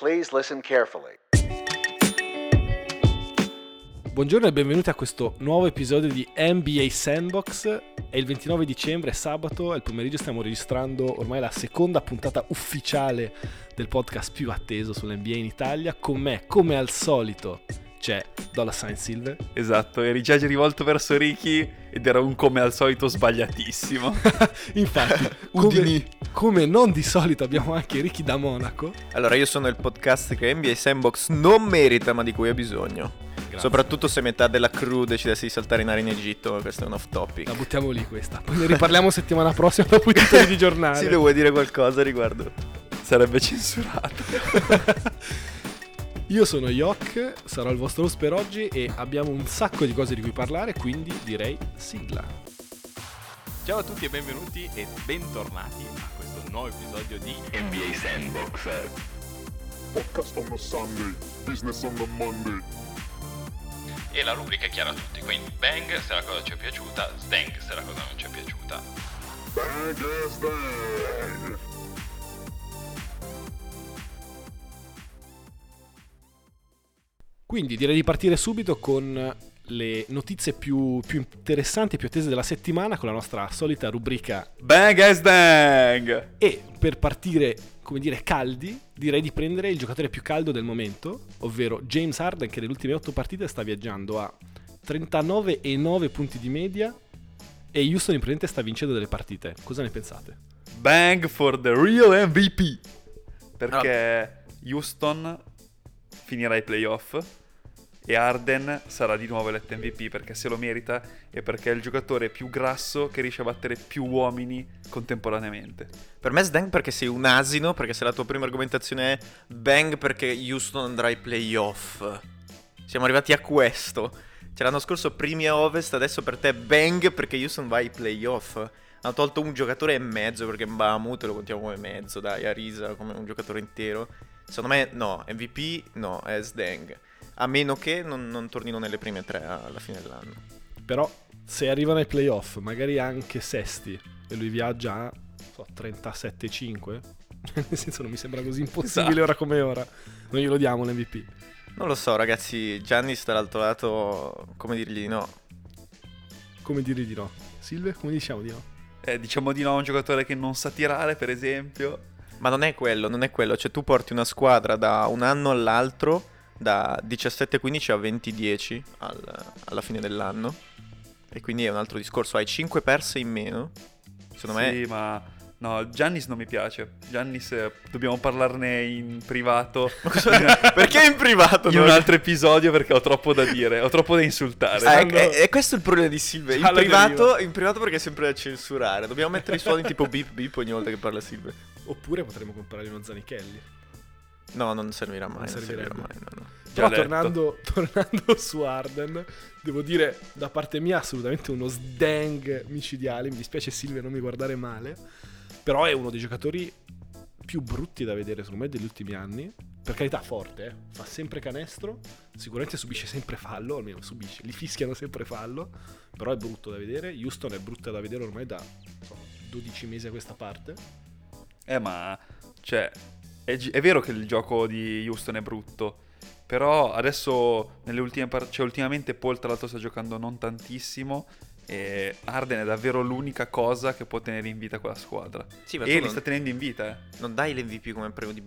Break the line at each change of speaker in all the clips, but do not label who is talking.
Please listen carefully.
Buongiorno e benvenuti a questo nuovo episodio di NBA Sandbox. È il 29 dicembre, è sabato, al pomeriggio stiamo registrando ormai la seconda puntata ufficiale del podcast più atteso sull'NBA in Italia. Con me, come al solito, c'è Dollar Sign Silver.
Esatto, eri già rivolto verso Ricky ed era un come al solito sbagliatissimo.
Infatti, come,
Udini.
come non di solito abbiamo anche Ricky da Monaco.
Allora, io sono il podcast che NBA Sandbox non merita, ma di cui ha bisogno. Soprattutto se metà della crew decidesse di saltare in aria in Egitto, questo è un off topic.
La buttiamo lì questa. Poi ne riparliamo settimana prossima dopo i titoli di giornale.
Sì, le vuoi dire qualcosa riguardo?
Sarebbe censurato.
Io sono Yok, sarò il vostro host per oggi e abbiamo un sacco di cose di cui parlare, quindi direi sigla.
Ciao a tutti e benvenuti e bentornati a questo nuovo episodio di NBA Sandbox.
Podcast on the Sunday, business on the Monday.
E la rubrica è chiara a tutti, quindi bang se la cosa ci è piaciuta, stank se la cosa non ci è piaciuta.
Bang is bang!
Quindi direi di partire subito con le notizie più, più interessanti e più attese della settimana con la nostra solita rubrica.
Bang as dang!
E per partire, come dire, caldi, direi di prendere il giocatore più caldo del momento, ovvero James Harden che nelle ultime 8 partite sta viaggiando a 39,9 punti di media e Houston in presente sta vincendo delle partite. Cosa ne pensate?
Bang for the real MVP!
Ah.
Perché Houston finirà i playoff e Arden sarà di nuovo eletto MVP perché se lo merita e perché è il giocatore più grasso che riesce a battere più uomini contemporaneamente.
Per me Sdang perché sei un asino, perché se la tua prima argomentazione è bang perché Houston andrà ai playoff. Siamo arrivati a questo. Cioè l'anno scorso primi a Ovest, adesso per te bang perché Houston va ai playoff. Hanno tolto un giocatore e mezzo perché Mbamu te lo contiamo come mezzo, dai, a risa come un giocatore intero. Secondo me no, MVP no, è Sdang. A meno che non, non tornino nelle prime tre alla fine dell'anno.
Però se arrivano ai playoff, magari anche sesti, e lui viaggia a so, 37,5, nel senso non mi sembra così impossibile
Esatto.
ora come ora, non glielo diamo l'MVP.
Non lo so ragazzi, Giannis dall'altro lato, come dirgli di no?
Come dirgli di no? Silve, come diciamo di no?
Eh, diciamo di no a un giocatore che non sa tirare, per esempio.
Ma non è quello, non è quello. Cioè, tu porti una squadra da un anno all'altro, da 17-15 a 20-10 al- alla fine dell'anno. E quindi è un altro discorso. Hai 5 perse in meno. Secondo
sì,
me.
ma no, Giannis non mi piace. Giannis eh, dobbiamo parlarne in privato.
Perché in privato?
in
non-
un altro episodio perché ho troppo da dire, ho troppo da insultare.
Ah, è,
Quando-
è- è questo il problema di Silve. In
Alla
privato,
deriva.
in privato perché è sempre da censurare. Dobbiamo mettere i suoni tipo beep beep ogni volta che parla Silve.
Oppure potremmo comprare uno Zanichelli.
No, non servirà mai. Non,
servirebbe.
servirà mai. no, no.
Però
letto.
tornando, tornando su Arden, devo dire da parte mia assolutamente uno sdang micidiale. Mi dispiace Silvia non mi guardare male. Però è uno dei giocatori più brutti da vedere, secondo me, degli ultimi anni. Per carità, forte, eh. fa sempre canestro. Sicuramente subisce sempre fallo, almeno subisce, li fischiano sempre fallo. Però è brutto da vedere. Houston è brutta da vedere ormai da so, 12 mesi a questa parte.
Eh, ma cioè, è, gi- è vero che il gioco di Houston è brutto. Però adesso, nelle ultime par- cioè, ultimamente Paul tra l'altro sta giocando non tantissimo. E Arden è davvero l'unica cosa che può tenere in vita quella squadra.
Sì, ma tu
E li
non-
sta tenendo in vita, eh.
non dai l'MVP come premio di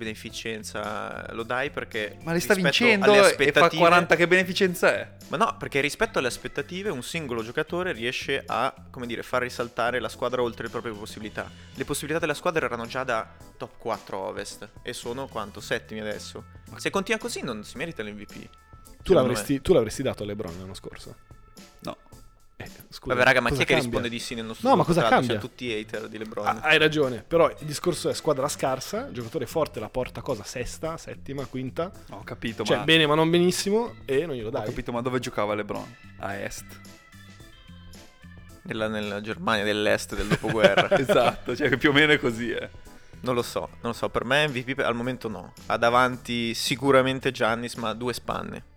beneficenza, lo dai perché.
Ma le sta
rispetto
vincendo
alle
e fa
aspettative-
40 che beneficenza è?
Ma no, perché rispetto alle aspettative un singolo giocatore riesce a, come dire, far risaltare la squadra oltre le proprie possibilità. Le possibilità della squadra erano già da top 4 ovest e sono quanto? Settimi adesso. Se continua così non si merita l'MVP.
Tu l'avresti, tu l'avresti dato a LeBron l'anno scorso.
No.
Eh, scusa,
Vabbè raga, ma chi
cosa
è che
cambia?
risponde di sì nel nostro
No, ma cosa
contratto?
cambia?
Cioè, tutti hater di LeBron.
Ah, hai ragione, però il discorso è squadra scarsa, giocatore forte la porta cosa sesta, settima, quinta,
Ho capito,
cioè
ma...
bene ma non benissimo e non glielo
Ho
dai.
capito, ma dove giocava LeBron? A est.
Nella, nella Germania dell'est del dopoguerra.
esatto, cioè che più o meno è così, eh.
non lo so, non lo so. Per me MVP per- al momento no. Ha davanti sicuramente Giannis, ma due spanne.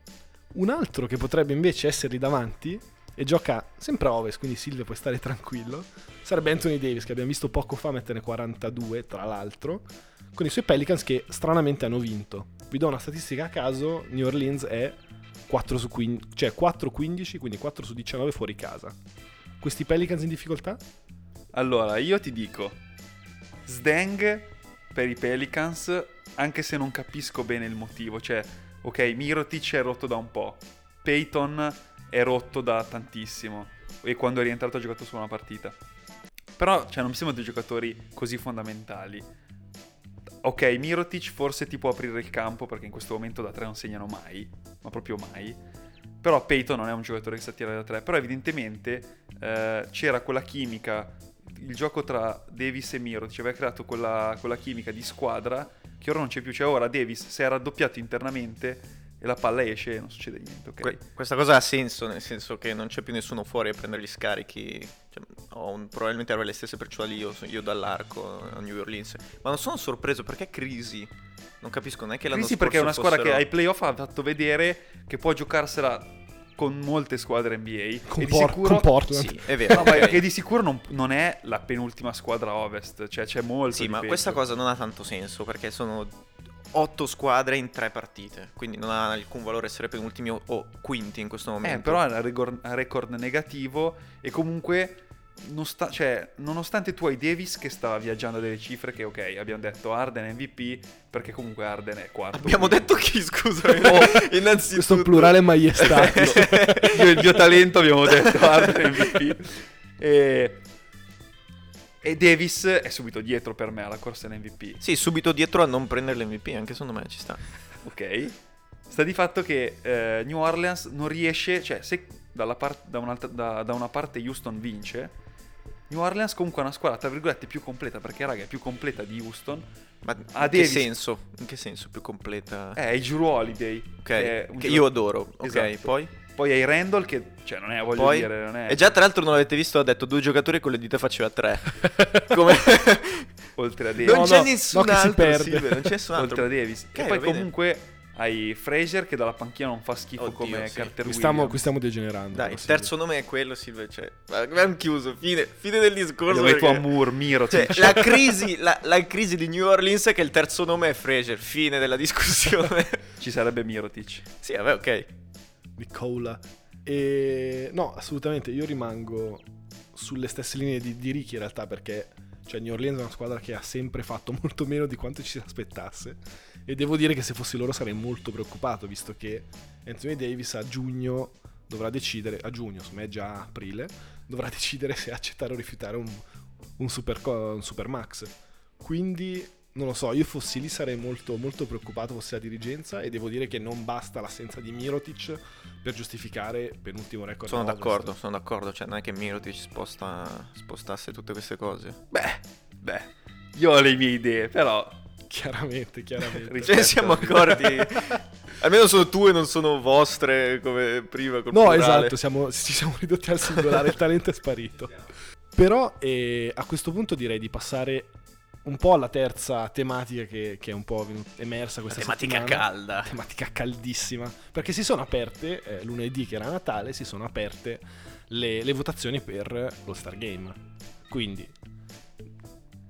Un altro che potrebbe invece essergli davanti e gioca sempre a ovest, quindi Silve puoi stare tranquillo, sarebbe Anthony Davis che abbiamo visto poco fa metterne 42 tra l'altro, con i suoi Pelicans che stranamente hanno vinto. Vi do una statistica a caso, New Orleans è 4 su 15, cioè 4 15, quindi 4 su 19 fuori casa. Questi Pelicans in difficoltà?
Allora, io ti dico, Sdeng per i Pelicans, anche se non capisco bene il motivo, cioè, ok, Mirotic è rotto da un po', Peyton è rotto da tantissimo, e quando è rientrato ha giocato solo una partita. Però, cioè, non mi sembrano dei giocatori così fondamentali. Ok, Mirotic forse ti può aprire il campo, perché in questo momento da 3 non segnano mai, ma proprio mai. Però Peyton non è un giocatore che sa tirare da 3, però evidentemente eh, c'era quella chimica il gioco tra Davis e Mirotic aveva creato quella, quella chimica di squadra che ora non c'è più. Cioè, ora Davis si è raddoppiato internamente e la palla esce e non succede niente. ok?
Que- questa cosa ha senso, nel senso che non c'è più nessuno fuori a prendere gli scarichi. Cioè, ho un- probabilmente avrei le stesse perciuali io, io dall'arco a New Orleans. Ma non sono sorpreso perché Crisi. Non capisco, non è che l'hanno
Quindi sì, perché è una squadra che ai
hai
playoff ha fatto vedere che può giocarsela con molte squadre NBA.
Con,
e di
Por-
sicuro.
con Portland.
Sì, è vero.
No, ma
ok.
che di sicuro non, non è la penultima squadra a ovest, cioè c'è molto.
Sì,
di
ma
peggio.
questa cosa non ha tanto senso perché sono otto squadre in tre partite, quindi non ha alcun valore essere penultimi o, o quinti in questo momento.
Eh, però ha un record, ha record negativo e comunque, non sta- cioè, nonostante tu hai Davis che stava viaggiando a delle cifre che, ok, abbiamo detto Arden MVP, perché comunque Arden è quarto.
Abbiamo
quindi-
detto chi, scusami.
Oh,
innanzitutto.
Questo plurale maiestato.
io e il mio talento abbiamo detto Arden MVP. E... e Davis è subito dietro per me alla corsa in MVP.
Sì, subito dietro a non prendere l'MVP, anche secondo me ci sta.
Ok. Sta di fatto che eh, New Orleans non riesce, cioè se dalla par- da, un'altra- da- da una parte Houston vince, New Orleans comunque è una squadra tra virgolette più completa, perché raga è più completa di Houston,
Ma
Ah,
in che
Davis.
senso? In che senso più completa?
è i Jrue Holiday,
ok,
che è un
che
gioco-
io adoro. Ok,
Esatto. Eh.
poi?
Poi hai Randall che, cioè non è, voglio
Poi?
dire, non è...
E già tra l'altro non l'avete visto, ha detto due giocatori e con le dita faceva tre. Come...
oltre a
non
Davis.
No,
c'è
no,
nessun
no, che si
altro,
perde.
Silvio, non c'è nessun altro.
oltre a Davis.
Eh,
e poi
lo vedi?
comunque hai Fraser che dalla panchina non fa schifo
Oddio,
come
sì.
Carter
qui, stiamo,
Williams.
qui stiamo degenerando.
Dai, il
Silvio.
terzo nome è quello, Silvio. Cioè, abbiamo chiuso. Fine, fine del discorso.
Lo metto a
perché-
Moore, Miro,
Cioè, la crisi, la, la crisi di New Orleans è che il terzo nome è Fraser. Fine della discussione.
ci sarebbe Mirotic.
sì, vabbè, ok.
Nicola. E no, assolutamente, io rimango sulle stesse linee di, di Ricky in realtà perché cioè New Orleans è una squadra che ha sempre fatto molto meno di quanto ci si aspettasse e devo dire che se fossi loro sarei molto preoccupato visto che Anthony Davis a giugno dovrà decidere, a giugno, insomma è già aprile, dovrà decidere se accettare o rifiutare un, un, super, un supermax. Quindi non lo so, io fossi lì sarei molto, molto preoccupato, fossi la dirigenza e devo dire che non basta l'assenza di Mirotic per giustificare penultimo record.
Sono
a Ovest.
d'accordo, sono d'accordo. Cioè, non è che Mirotic sposta, spostasse tutte queste cose.
Beh, beh, io ho le mie idee, però
Chiaramente, chiaramente.
Rispetto
Ce ne Cioè, siamo
a-
accorti. Almeno sono tue, non sono vostre come prima. Col
No,
plurale.
esatto, siamo- ci siamo ridotti al singolare, il talento è sparito. Però eh, a questo punto direi di passare un po' alla terza tematica che, che è un po' venu- emersa questa
Tematica
settimana.
calda.
tematica caldissima perché si sono aperte eh, lunedì che era Natale si sono aperte le, le votazioni per lo Star Game quindi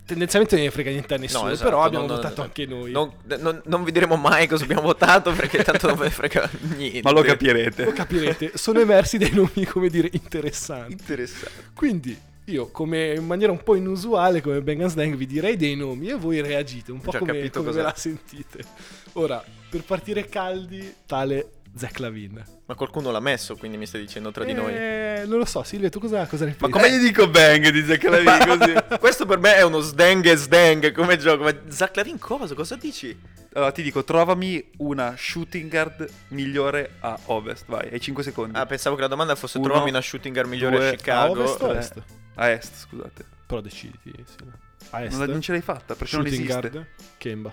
tendenzialmente non ne frega niente a nessuno
esatto,
però
no,
abbiamo
no,
votato
no.
anche noi
Non, non- non vi diremo mai cosa abbiamo votato perché tanto non ve ne frega niente.
ma lo capirete.
lo capirete sono emersi dei nomi come dire interessanti
Interessante.
quindi io come in maniera un po' inusuale come Bang Slang vi direi dei nomi e voi reagite un po'
Già
come,
capito
come ve
cos'è.
la sentite ora per partire caldi tale Zach Lavin
Ma qualcuno l'ha messo, quindi mi stai dicendo tra di noi.
Eh, non lo so Silvia tu cosa, cosa ne pensi? Eh,
Ma come gli dico bang di Zach Lavine così?
Questo per me è uno sdeng e sdeng come gioco. Ma Zach Lavin cosa? Cosa dici?
Allora ti dico, trovami una shooting guard migliore a ovest, vai, hai 5 secondi.
Ah, pensavo che la domanda fosse
Uno,
trovami una shooting guard migliore
due,
a Chicago.
a ovest o a
eh,
est?
a est, scusate.
Però deciditi, Silvia. A est.
Non, la- non ce l'hai fatta perché non
shooting
esiste.
guard. Kemba.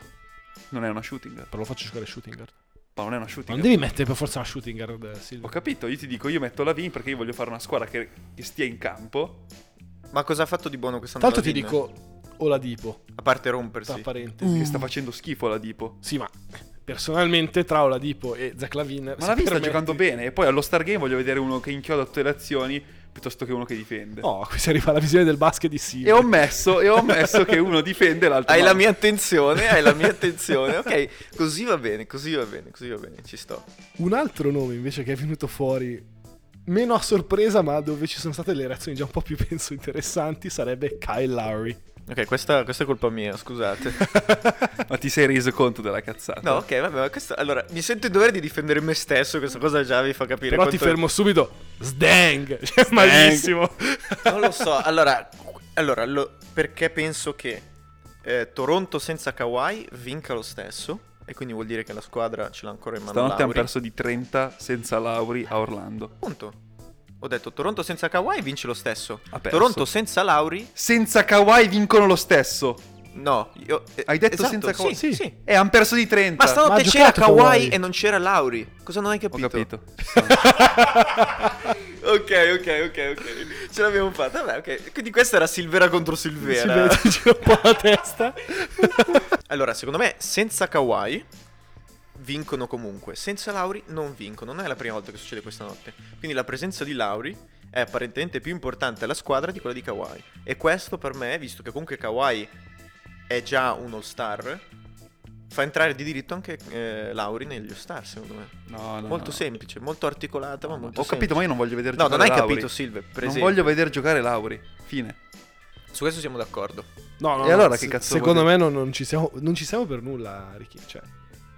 Non è una shooting guard,
Però lo faccio giocare shooting guard.
ma non è una
Ma
shooting
non
guard.
devi mettere per forza una shooting guard, eh,
Ho
Silvia.
capito, io ti dico, io metto Lavin perché io voglio fare una squadra che, che stia in campo.
Ma cosa ha fatto di buono quest'anno?
Tanto ti
Lavin?
dico Oladipo,
A parte
tra
rompersi.
parentesi.
Che sta facendo schifo la Dipo.
Sì, ma personalmente tra Oladipo e Zach Lavin...
Ma Lavin sta giocando bene e poi allo Star Game voglio vedere uno che inchioda tutte le azioni. piuttosto che uno che difende.
Oh, qui si arriva alla visione del basket di Silver.
E ho messo, e ho messo che uno difende e l'altro.
Hai la
no.
mia attenzione, hai la mia attenzione. Ok, così va bene, così va bene, così va bene, ci sto.
Un altro nome invece che è venuto fuori, meno a sorpresa, ma dove ci sono state le reazioni già un po' più, penso, interessanti, sarebbe Kyle Lowry.
Ok, questa, questa è colpa mia, scusate.
Ma ti sei reso conto della cazzata?
No, ok, vabbè, ma questo... Allora, mi sento in dovere di difendere me stesso, questa cosa già vi fa capire
Però ti
quanto...
fermo subito. Sdang! Cioè, malissimo.
Non lo so, allora, allora lo- perché penso che eh, Toronto senza Kawhi vinca lo stesso e quindi vuol dire che la squadra ce l'ha ancora in mano
Stanotte hanno
Lowry.
perso di 30 senza Lauri a Orlando.
Punto. Ho detto Toronto senza Kawhi vince lo stesso.
Ha perso.
Toronto senza Lauri?
Senza Kawhi vincono lo stesso.
No, io eh,
Hai detto
esatto,
senza Kawhi? cioè,
Sì,
Sì.
sì.
E hanno perso di 30.
Ma stanotte
Ma ha
c'era
giocato
Kawhi,
Kawhi.
e non c'era Lauri. Cosa non hai
Ho
capito?
capito.
ok, ok, ok, ok. Ce l'abbiamo fatta. Vabbè, ok. Quindi questa era Silvera contro
Si
Silvera.
vede, ti gira un po' la testa.
Allora, secondo me, senza Kawhi vincono comunque. Senza Lauri non vincono. Non è la prima volta che succede questa notte. Quindi la presenza di Lauri è apparentemente più importante alla squadra di quella di Kawhi. E questo per me, visto che comunque Kawhi è già un all-star, fa entrare di diritto anche eh, Lauri negli all-star, secondo me.
No, no,
molto
no.
semplice, molto articolata, ma
Ho
molto
capito, ma io non voglio vedere
semplice. No,
giocare
non hai
Lauri.
capito, Silve. Per
non
esempio.
voglio vedere giocare Lauri. Fine.
Su questo siamo d'accordo.
No, no,
E
no,
allora che
se-
cazzo
Secondo
vuol
me non, non ci siamo, non ci siamo per nulla, Ricky. Cioè,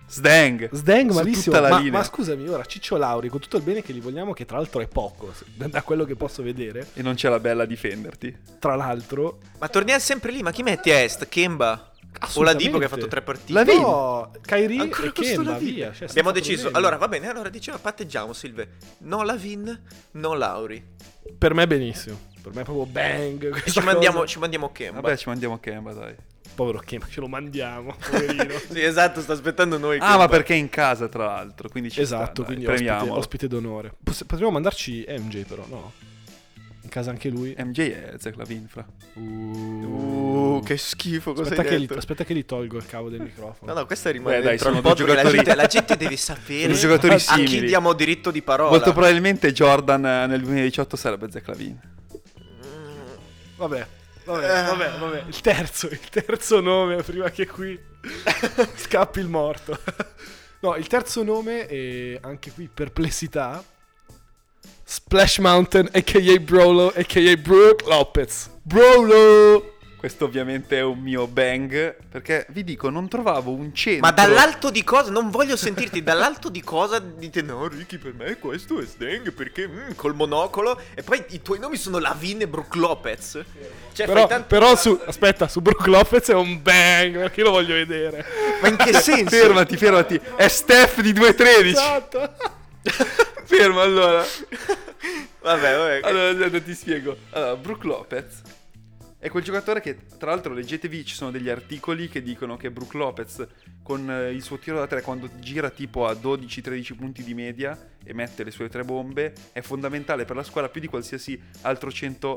Sdang.
Sdang
Su
malissimo.
tutta la
ma,
linea.
ma scusami, ora Ciccio Lauri, con tutto il bene che gli vogliamo, che tra l'altro è poco, se- da- da quello che posso vedere.
E non c'è la bella a difenderti.
Eh,
Tra l'altro,
Ma torniamo sempre lì, ma chi metti a est? Kemba? O la Dipo che ha fatto tre partite?
La no, Kairi
Ancora
e
con sto
Kemba,
Lavin.
via. cioè,
Abbiamo
senza
deciso.
problemi.
Allora, va bene, allora diceva patteggiamo Silve. No Lavin, no Lauri.
Per me benissimo. Per me è proprio bang.
E
questa
ci mandiamo,
cosa.
ci mandiamo Kemba.
Vabbè, ci mandiamo a Kemba, dai.
Povero Kemba, ce lo mandiamo, poverino.
Sì, esatto, sta aspettando noi.
Ah, ma
Kemba.
perché è in casa, tra l'altro. Quindi ci sta,
esatto,
dai,
quindi ospite,
premiamolo.
ospite d'onore. Pos- potremmo mandarci MJ però, no? In casa anche lui.
MJ è Zach Lavin, fra.
Uh, che schifo, cosa
aspetta,
hai
che li,
detto?
aspetta che li tolgo il cavo del microfono.
No, no, questa rimane
Beh, dai,
dentro
sono
al po'
due
perché la
giocatori-
gente, la gente deve sapere
Sono giocatori
a chi
simili.
diamo diritto di parola.
Molto probabilmente Jordan eh, nel 2018 sarebbe Zach Lavin.
Vabbè, vabbè,
Eh.
vabbè, vabbè. Il terzo, il terzo nome, prima che qui scappi il morto. No, il terzo nome e anche qui perplessità. Splash Mountain, a.k.a. Brolo, a.k.a. Brooke Lopez. Brolo!
Questo ovviamente è un mio bang, perché vi dico, non trovavo un centro.
Ma dall'alto di cosa? Non voglio sentirti dall'alto di cosa dite no Ricky per me questo è Sdeng perché mm, col monocolo e poi i tuoi nomi sono Lavin e Brook Lopez. Cioè
Però,
fai tanto...
però su, aspetta, su Brooke Lopez è un bang, perché io lo voglio vedere.
Ma in che senso?
Fermati, fermati. È Steph di 2.13.
Esatto.
Fermo, allora.
Vabbè, vabbè.
Allora, aspetta, ti spiego. Allora, Brook Lopez è quel giocatore che, tra l'altro, leggetevi, ci sono degli articoli che dicono che Brook Lopez, con eh, il suo tiro da tre, quando gira tipo a 12-13 punti di media e mette le sue tre bombe, è fondamentale per la squadra più di qualsiasi altro cento-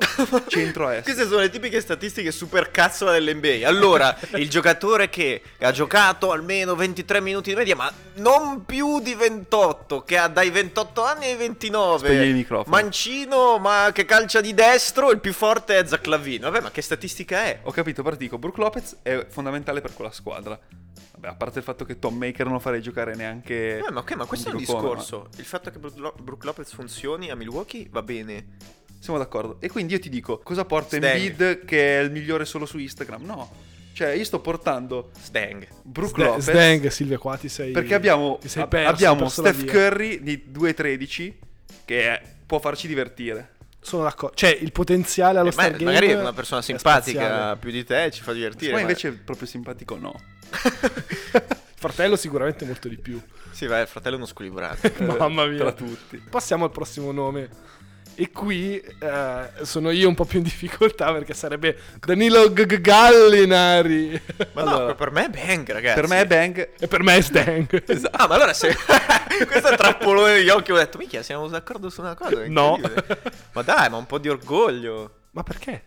centro a est.
Queste sono le tipiche statistiche super cazzola dell'NBA. Allora, il giocatore che ha giocato almeno 23 minuti di media, ma non più di 28, che ha dai 28 anni ai 29.
Spegni il microfono.
Mancino, ma che calcia di destro, il più forte è Zach Lavin. Vabbè, ma che statistica è?
Ho capito, però ti dico, Brook Lopez è fondamentale per quella squadra. Vabbè, a parte il fatto che Tom Maker non lo farei giocare neanche...
Eh, ma ok, ma questo è un
non dico come, ma-
discorso. Il fatto che Brook Lo- Brook Lopez funzioni a Milwaukee va bene.
Siamo d'accordo. E quindi io ti dico, cosa porta
Stang.
Embiid che è il migliore solo su Instagram? No. Cioè, io sto portando
Sdang.
Brook
Sda-
Lopez
Sdang, Silvia, qua ti sei...
perché abbiamo,
ti sei
ab-
perso,
abbiamo
perso eh. la
Steph
via.
Curry di 2.13 che è- può farci divertire.
Sono d'accordo. Cioè, il potenziale allo
Eh, ma-
Star Game
magari è una persona
è
simpatica
spaziale.
più di te, ci fa divertire.
Poi
ma-
invece è proprio simpatico no.
Il fratello sicuramente molto di più.
Sì, vai, il fratello è uno squilibrato.
Eh,
Mamma mia.
Tra tutti.
Passiamo al prossimo nome. E qui eh, sono io un po' più in difficoltà perché sarebbe Danilo G- G- Gallinari.
Ma
Allora.
no, per me è Bang, ragazzi.
Per me è Bang.
e per me è Stan.
Ah, ma allora se. Questo è trappolone negli occhi. Ho detto, minchia, siamo d'accordo su una cosa. è
No.
incredibile." ma dai, ma un po' di orgoglio.
Ma perché?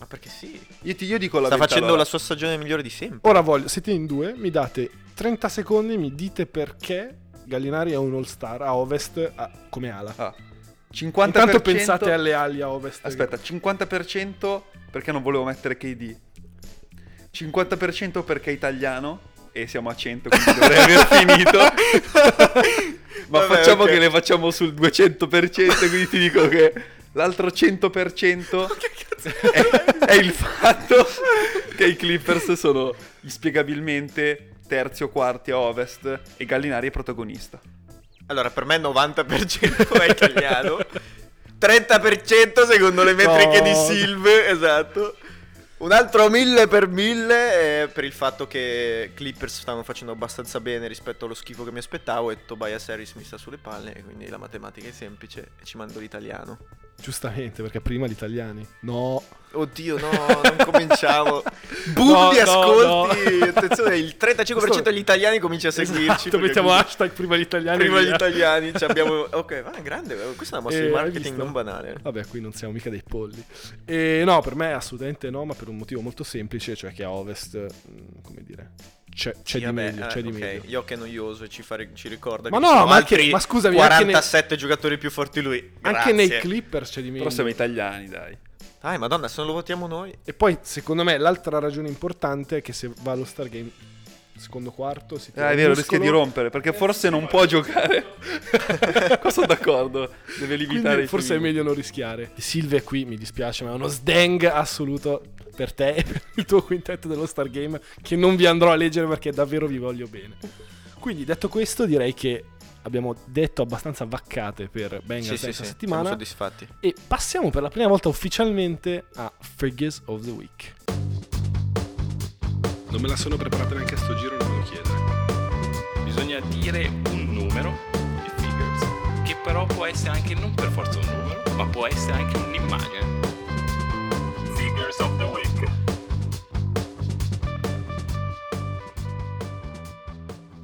Ma perché sì?
Io, ti- io dico la
Sta
verità,
facendo
allora.
la sua stagione migliore di sempre.
Ora voglio, siete in due, mi date 30 secondi, mi dite perché Gallinari è un all-star a ovest a- come ala.
Ah, 50%...
Intanto pensate alle ali a ovest.
Aspetta, 50% perché non volevo mettere KD. 50% perché è italiano e siamo a 100, quindi dovrei aver finito. Ma
Vabbè,
facciamo
ok.
che le facciamo sul 200%, quindi ti dico che l'altro 100% è, è il fatto che i Clippers sono inspiegabilmente terzi o quarti a ovest e Gallinari è protagonista.
Allora, per me il 90% è italiano. 30% secondo le metriche di
No.
Silve, esatto. Un altro 1000 per 1000 è per il fatto che Clippers stanno facendo abbastanza bene rispetto allo schifo che mi aspettavo e Tobias Harris mi sta sulle palle, e quindi la matematica è semplice e ci mando l'italiano.
Giustamente, perché prima gli italiani. No.
Oddio, no, non cominciamo. Boom
No,
di
no,
ascolti.
no.
Attenzione, il 35% degli italiani comincia a seguirci.
Esatto,
perché
mettiamo
così-
hashtag prima gli italiani.
Prima gli
via.
italiani. ci abbiamo... Ok, ma grande. Questa è una mossa
Eh,
di
hai
marketing
visto?
non banale.
Vabbè, qui non siamo mica dei polli. E no, per me assolutamente no, ma per un motivo molto semplice, cioè che a ovest, mh, come dire, c'è, c'è
Sì,
di
vabbè,
meglio, c'è
eh,
di
ok,
meglio.
Io che è noioso e ci, fa ri- ci ricorda
Ma
che
no,
ci sono
ma anche-
altri
ma scusami, anche nei-
47 giocatori più forti di lui.
Anche nei
Grazie.
Clippers c'è di meglio.
Però siamo italiani, dai.
Dai, madonna, se non lo votiamo noi.
E poi, secondo me, l'altra ragione importante è che se va allo Stargame, secondo quarto, si tira
Ah, è
il
vero,
muscolo.
rischia di rompere, perché forse non può giocare. Qua sono d'accordo, deve limitare
Quindi
i
forse è
fini.
meglio non rischiare. Silve qui, mi dispiace, ma è uno sdeng assoluto per te e per il tuo quintetto dello Stargame che non vi andrò a leggere perché davvero vi voglio bene. Quindi detto questo direi che abbiamo detto abbastanza vaccate per Bengals questa
Siamo
settimana
soddisfatti.
e passiamo per la prima volta ufficialmente a Figures of the Week. Non me la sono preparata neanche a sto giro, non me lo chiedere.
Bisogna dire un numero e figures, che però può essere anche non per forza un numero, ma può essere anche un'immagine. Figures of the Week.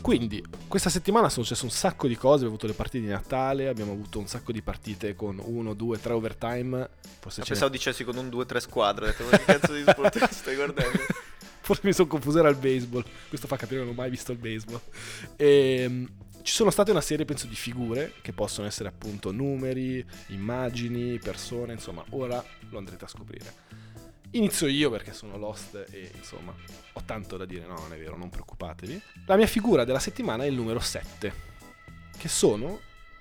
Quindi, questa settimana sono successe un sacco di cose, abbiamo avuto le partite di Natale, abbiamo avuto un sacco di partite con 1, 2, 3 overtime, forse, ce
Ah,
ne-
Pensavo dicessi con un 2-3 squadre. Ho detto, ma che cazzo di sport stai guardando?
forse mi sono confuso era il baseball, questo fa capire che non ho mai visto il baseball. Ehm, ci sono state una serie, penso, di figure, che possono essere appunto numeri, immagini, persone, insomma, ora lo andrete a scoprire. Inizio io perché sono lost e insomma ho tanto da dire, no non è vero, non preoccupatevi. La mia figura della settimana è il numero 7, che sono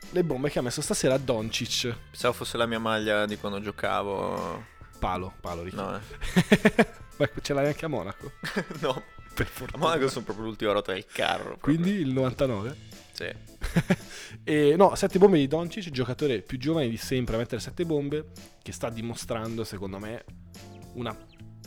le bombe che ha messo stasera Doncic.
Pensavo fosse la mia maglia di quando giocavo.
Palo, palo, Ricky.
No, eh.
Ma ce l'hai anche a Monaco,
no.
per
A
fortuna.
Monaco sono proprio l'ultima ruota del carro. proprio.
Quindi il 99.
Sì.
E no, 7 bombe di Doncic, giocatore più giovane di sempre a mettere 7 bombe, che sta dimostrando, secondo me, una,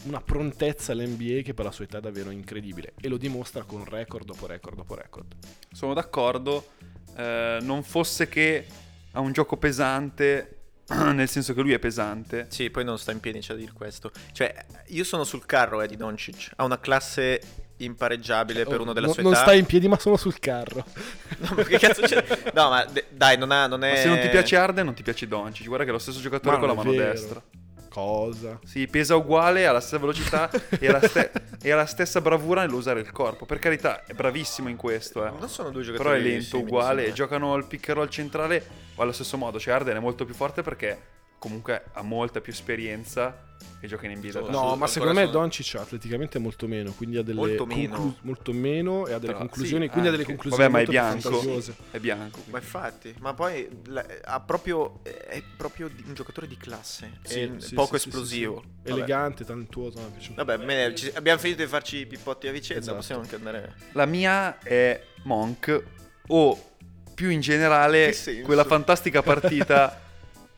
una prontezza all'NBA che per la sua età è davvero incredibile. E lo dimostra con record dopo record dopo record.
Sono d'accordo, eh, non fosse che ha un gioco pesante, nel senso che lui è pesante.
Sì, poi non sta in piedi, c'è da dire questo. Cioè, io sono sul carro eh, di Doncic. Ha una classe impareggiabile per
Oh,
uno della
no-
sua
non
età.
sta in piedi, ma sono sul carro.
No, ma che cazzo c'è? No, ma de- dai, non, ha, non è...
Ma se non ti piace Arden, non ti piace Doncic. Guarda che è lo stesso giocatore
Ma
con la
non
mano
è vero.
destra.
Cosa?
Sì, pesa uguale, ha la stessa velocità e, ha la ste- e ha la stessa bravura nell'usare il corpo. Per carità, è bravissimo in questo. eh.
Non sono due
Però
giocatori
è lento,
simili,
uguale.
secondo me.
Giocano al pick and roll centrale allo stesso modo. Cioè, Arden è molto più forte perché comunque ha molta più esperienza e gioca in NBA. da
No,
tanto.
No,
ancora
ma secondo me
sono-
Doncic atleticamente è molto meno, quindi ha delle
Molto meno.
conclu- molto meno e ha delle
Però-
conclusioni,
sì,
quindi ha delle
anche.
conclusioni
Vabbè, ma è
molto più
bianco.
fantasiose.
È bianco.
Ma infatti, ma poi la- ha proprio, è proprio di- un giocatore di classe.
Sì,
È
sì,
poco
sì, sì,
esplosivo.
sì, sì.
Vabbè.
Elegante, talentuoso, mi è piaciuto.
Vabbè, bene, ci- abbiamo finito di farci i pippotti a Vicenza,
Esatto.
possiamo anche andare...
La mia è Monk o più in generale
Che senso?
quella fantastica partita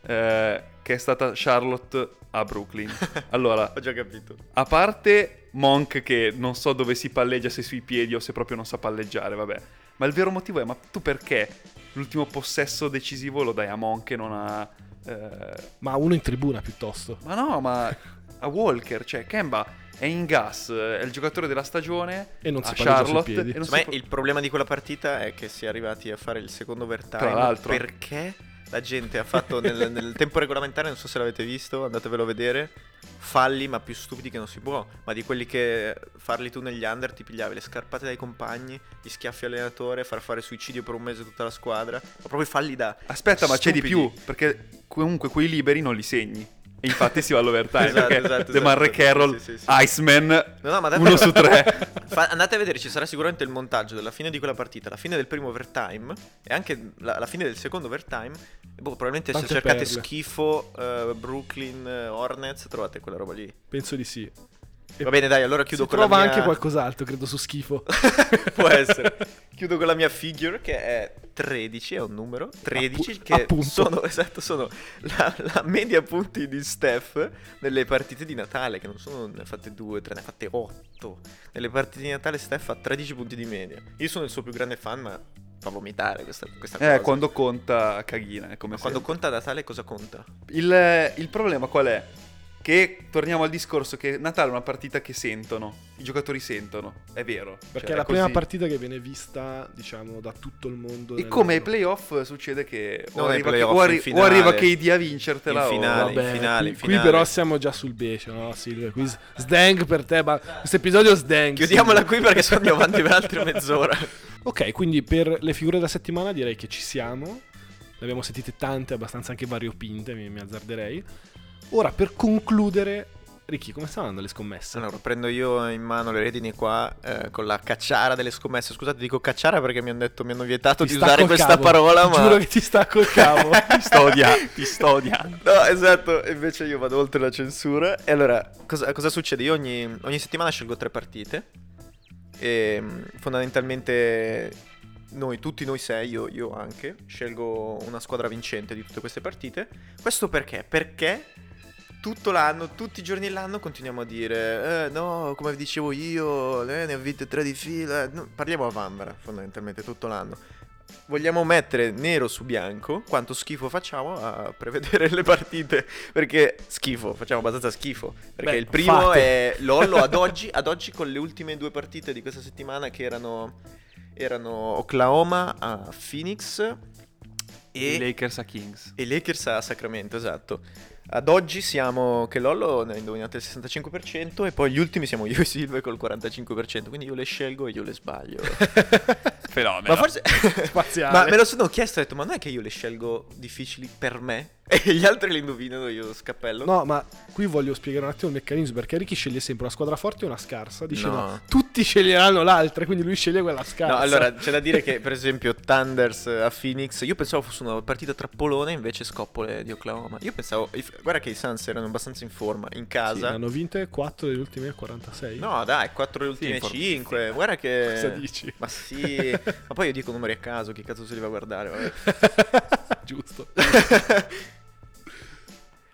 eh, che è stata Charlotte a Brooklyn.
Ah.
Allora,
Ho già capito.
a parte Monk che non so dove si palleggia, se sui piedi o se proprio non sa palleggiare, vabbè. Ma il vero motivo è, ma tu perché l'ultimo possesso decisivo lo dai a Monk che non ha... eh,
Ma uno in tribuna piuttosto.
ma no, ma a Walker, cioè Kemba è in gas, eh, è il giocatore della stagione,
E non
a
si palleggia sui
Charlotte...
piedi.
e non si
Secondo me
pa-
il problema di quella partita è che si è arrivati a fare il secondo
Tra
overtime
l'altro.
perché la gente ha fatto nel, nel tempo regolamentare, non so se l'avete visto, andatevelo a vedere. Falli, ma più stupidi che non si può. Ma di quelli che farli tu negli under, ti pigliavi le scarpate dai compagni, gli schiaffi allenatore, far fare suicidio per un mese tutta la squadra. Ma proprio falli da.
Aspetta, ma c'è di
stupidi.
più, perché comunque quei liberi non li segni. E infatti si va all'overtime,
Esatto,
perché
esatto, esatto.
DeMarre Carroll,
Sì, sì, sì.
Iceman,
No, no, ma date-
uno su tre.
Fa- andate a vedere, ci sarà sicuramente il montaggio della fine di quella partita, la fine del primo overtime e anche la, la fine del secondo overtime. E boh, probabilmente se
Tante
cercate
perle.
schifo eh, Brooklyn eh, Hornets trovate quella roba lì.
Penso di sì. E-
Va bene, dai, allora chiudo
si
con la
trova
mia...
anche qualcos'altro, credo, su schifo.
Può essere. Chiudo con la mia figure che è 13, è un numero. 13
Appu-
che
appunto.
sono, esatto, sono la, la media punti di Steph nelle partite di Natale, che non sono ne ha fatte 2, 3, ne ha fatte 8. Nelle partite di Natale Steph ha 13 punti di media. Io sono il suo più grande fan, ma fa vomitare questa, questa cosa.
Eh, quando conta caghina, è come
Ma quando
sempre.
conta Natale cosa conta?
Il, il problema qual è? Che torniamo al discorso che Natale è una partita che sentono, i giocatori sentono, è vero.
Perché
cioè,
è la
è
prima
così.
partita che viene vista, diciamo, da tutto il mondo.
E
nell'anno.
come ai playoff succede che o
Non ai
arriva,
playoff,
o arri-
in finale.
o arriva KD a
In
vincertela
finale.
o...
in finale, in
qui,
finale.
qui però siamo già sul bece, no, Silvia? Qui s- sdang per te, ma questo episodio sdang.
Chiudiamola
Silvia.
qui perché sono andiamo avanti per altre mezz'ora.
Ok, quindi per le figure della settimana direi che ci siamo. Ne abbiamo sentite tante, abbastanza anche variopinte, mi, mi azzarderei. Ora, per concludere, Ricky, come stanno andando le scommesse?
Allora, prendo io in mano le redini qua eh, con la cacciara delle scommesse. Scusate, dico cacciara perché mi hanno detto, mi hanno vietato
Ti
di
sta
usare
col
questa
cavo.
parola,
Ti
ma...
Giuro che ti sta col cavo.
Ti sto odia- ti sto odiando.
No, esatto, e invece io vado oltre la censura. E allora, cosa, cosa succede? Io ogni, ogni settimana scelgo tre partite. E mm, fondamentalmente noi, tutti noi sei, io, io anche, scelgo una squadra vincente di tutte queste partite. Questo perché? Perché tutto l'anno, tutti i giorni dell'anno continuiamo a dire, eh no, come vi dicevo io, eh, ne ho vinte tre di fila. No, parliamo a Vanvera fondamentalmente tutto l'anno vogliamo mettere nero su bianco quanto schifo facciamo a prevedere le partite. Perché schifo, facciamo abbastanza schifo. Perché
Beh,
il primo
fate.
è Lollo ad oggi, ad oggi con le ultime due partite di questa settimana che erano, erano Oklahoma a Phoenix e
I Lakers a Kings.
e Lakers a Sacramento, esatto. Ad oggi siamo che Lollo ne ha indovinate il 65% e poi gli ultimi siamo io e Silve col 45%, quindi io le scelgo e io le sbaglio.
Fenomeno.
Ma forse
Spaziale.
Ma me lo sono chiesto, ho detto, ma non è che io le scelgo difficili per me e gli altri le indovinano, io scappello.
No, ma qui voglio spiegare un attimo il meccanismo perché Ricky sceglie sempre una squadra forte e una scarsa. Dice no,
No.
tutti sceglieranno l'altra, quindi lui sceglie quella
No,
scarsa.
allora c'è da dire che per esempio Thunders eh, a Phoenix, io pensavo fosse una partita trappolone, invece scoppole di Oklahoma. Io pensavo, guarda che i Suns erano abbastanza in forma, in
Sì,
casa.
ne hanno vinte 4 delle ultime 46.
No, dai, 4 le ultime
in forma.
5. Guarda che.
Cosa dici?
Ma sì. ma poi io dico numeri a caso, che cazzo se li va a guardare? vabbè.
Giusto.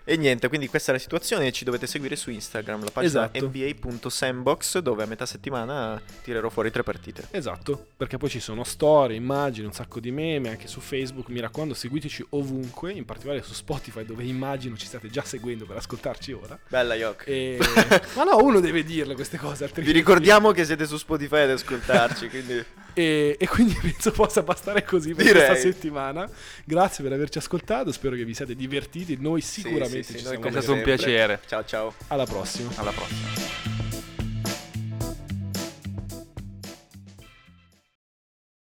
E niente, quindi questa è la situazione. Ci dovete seguire su Instagram, la pagina
Esatto.
nba.sandbox, dove a metà settimana tirerò fuori tre partite.
Esatto, perché poi ci sono storie, immagini, un sacco di meme anche su Facebook. Mi raccomando, seguiteci ovunque, in particolare su Spotify, dove immagino ci state già seguendo per ascoltarci ora.
Bella, Yok.
E- ma no, uno deve dirle queste cose,
Vi
altrimenti.
ricordiamo che siete su Spotify ad ascoltarci, quindi
E, e quindi penso possa bastare così per
Direi.
questa settimana. Grazie per averci ascoltato. Spero che vi siate divertiti. Noi sicuramente
Sì, sì,
ci
sì, noi
siamo.
come
È stato un
sempre.
piacere.
Ciao, ciao.
Alla prossima.
Alla prossima.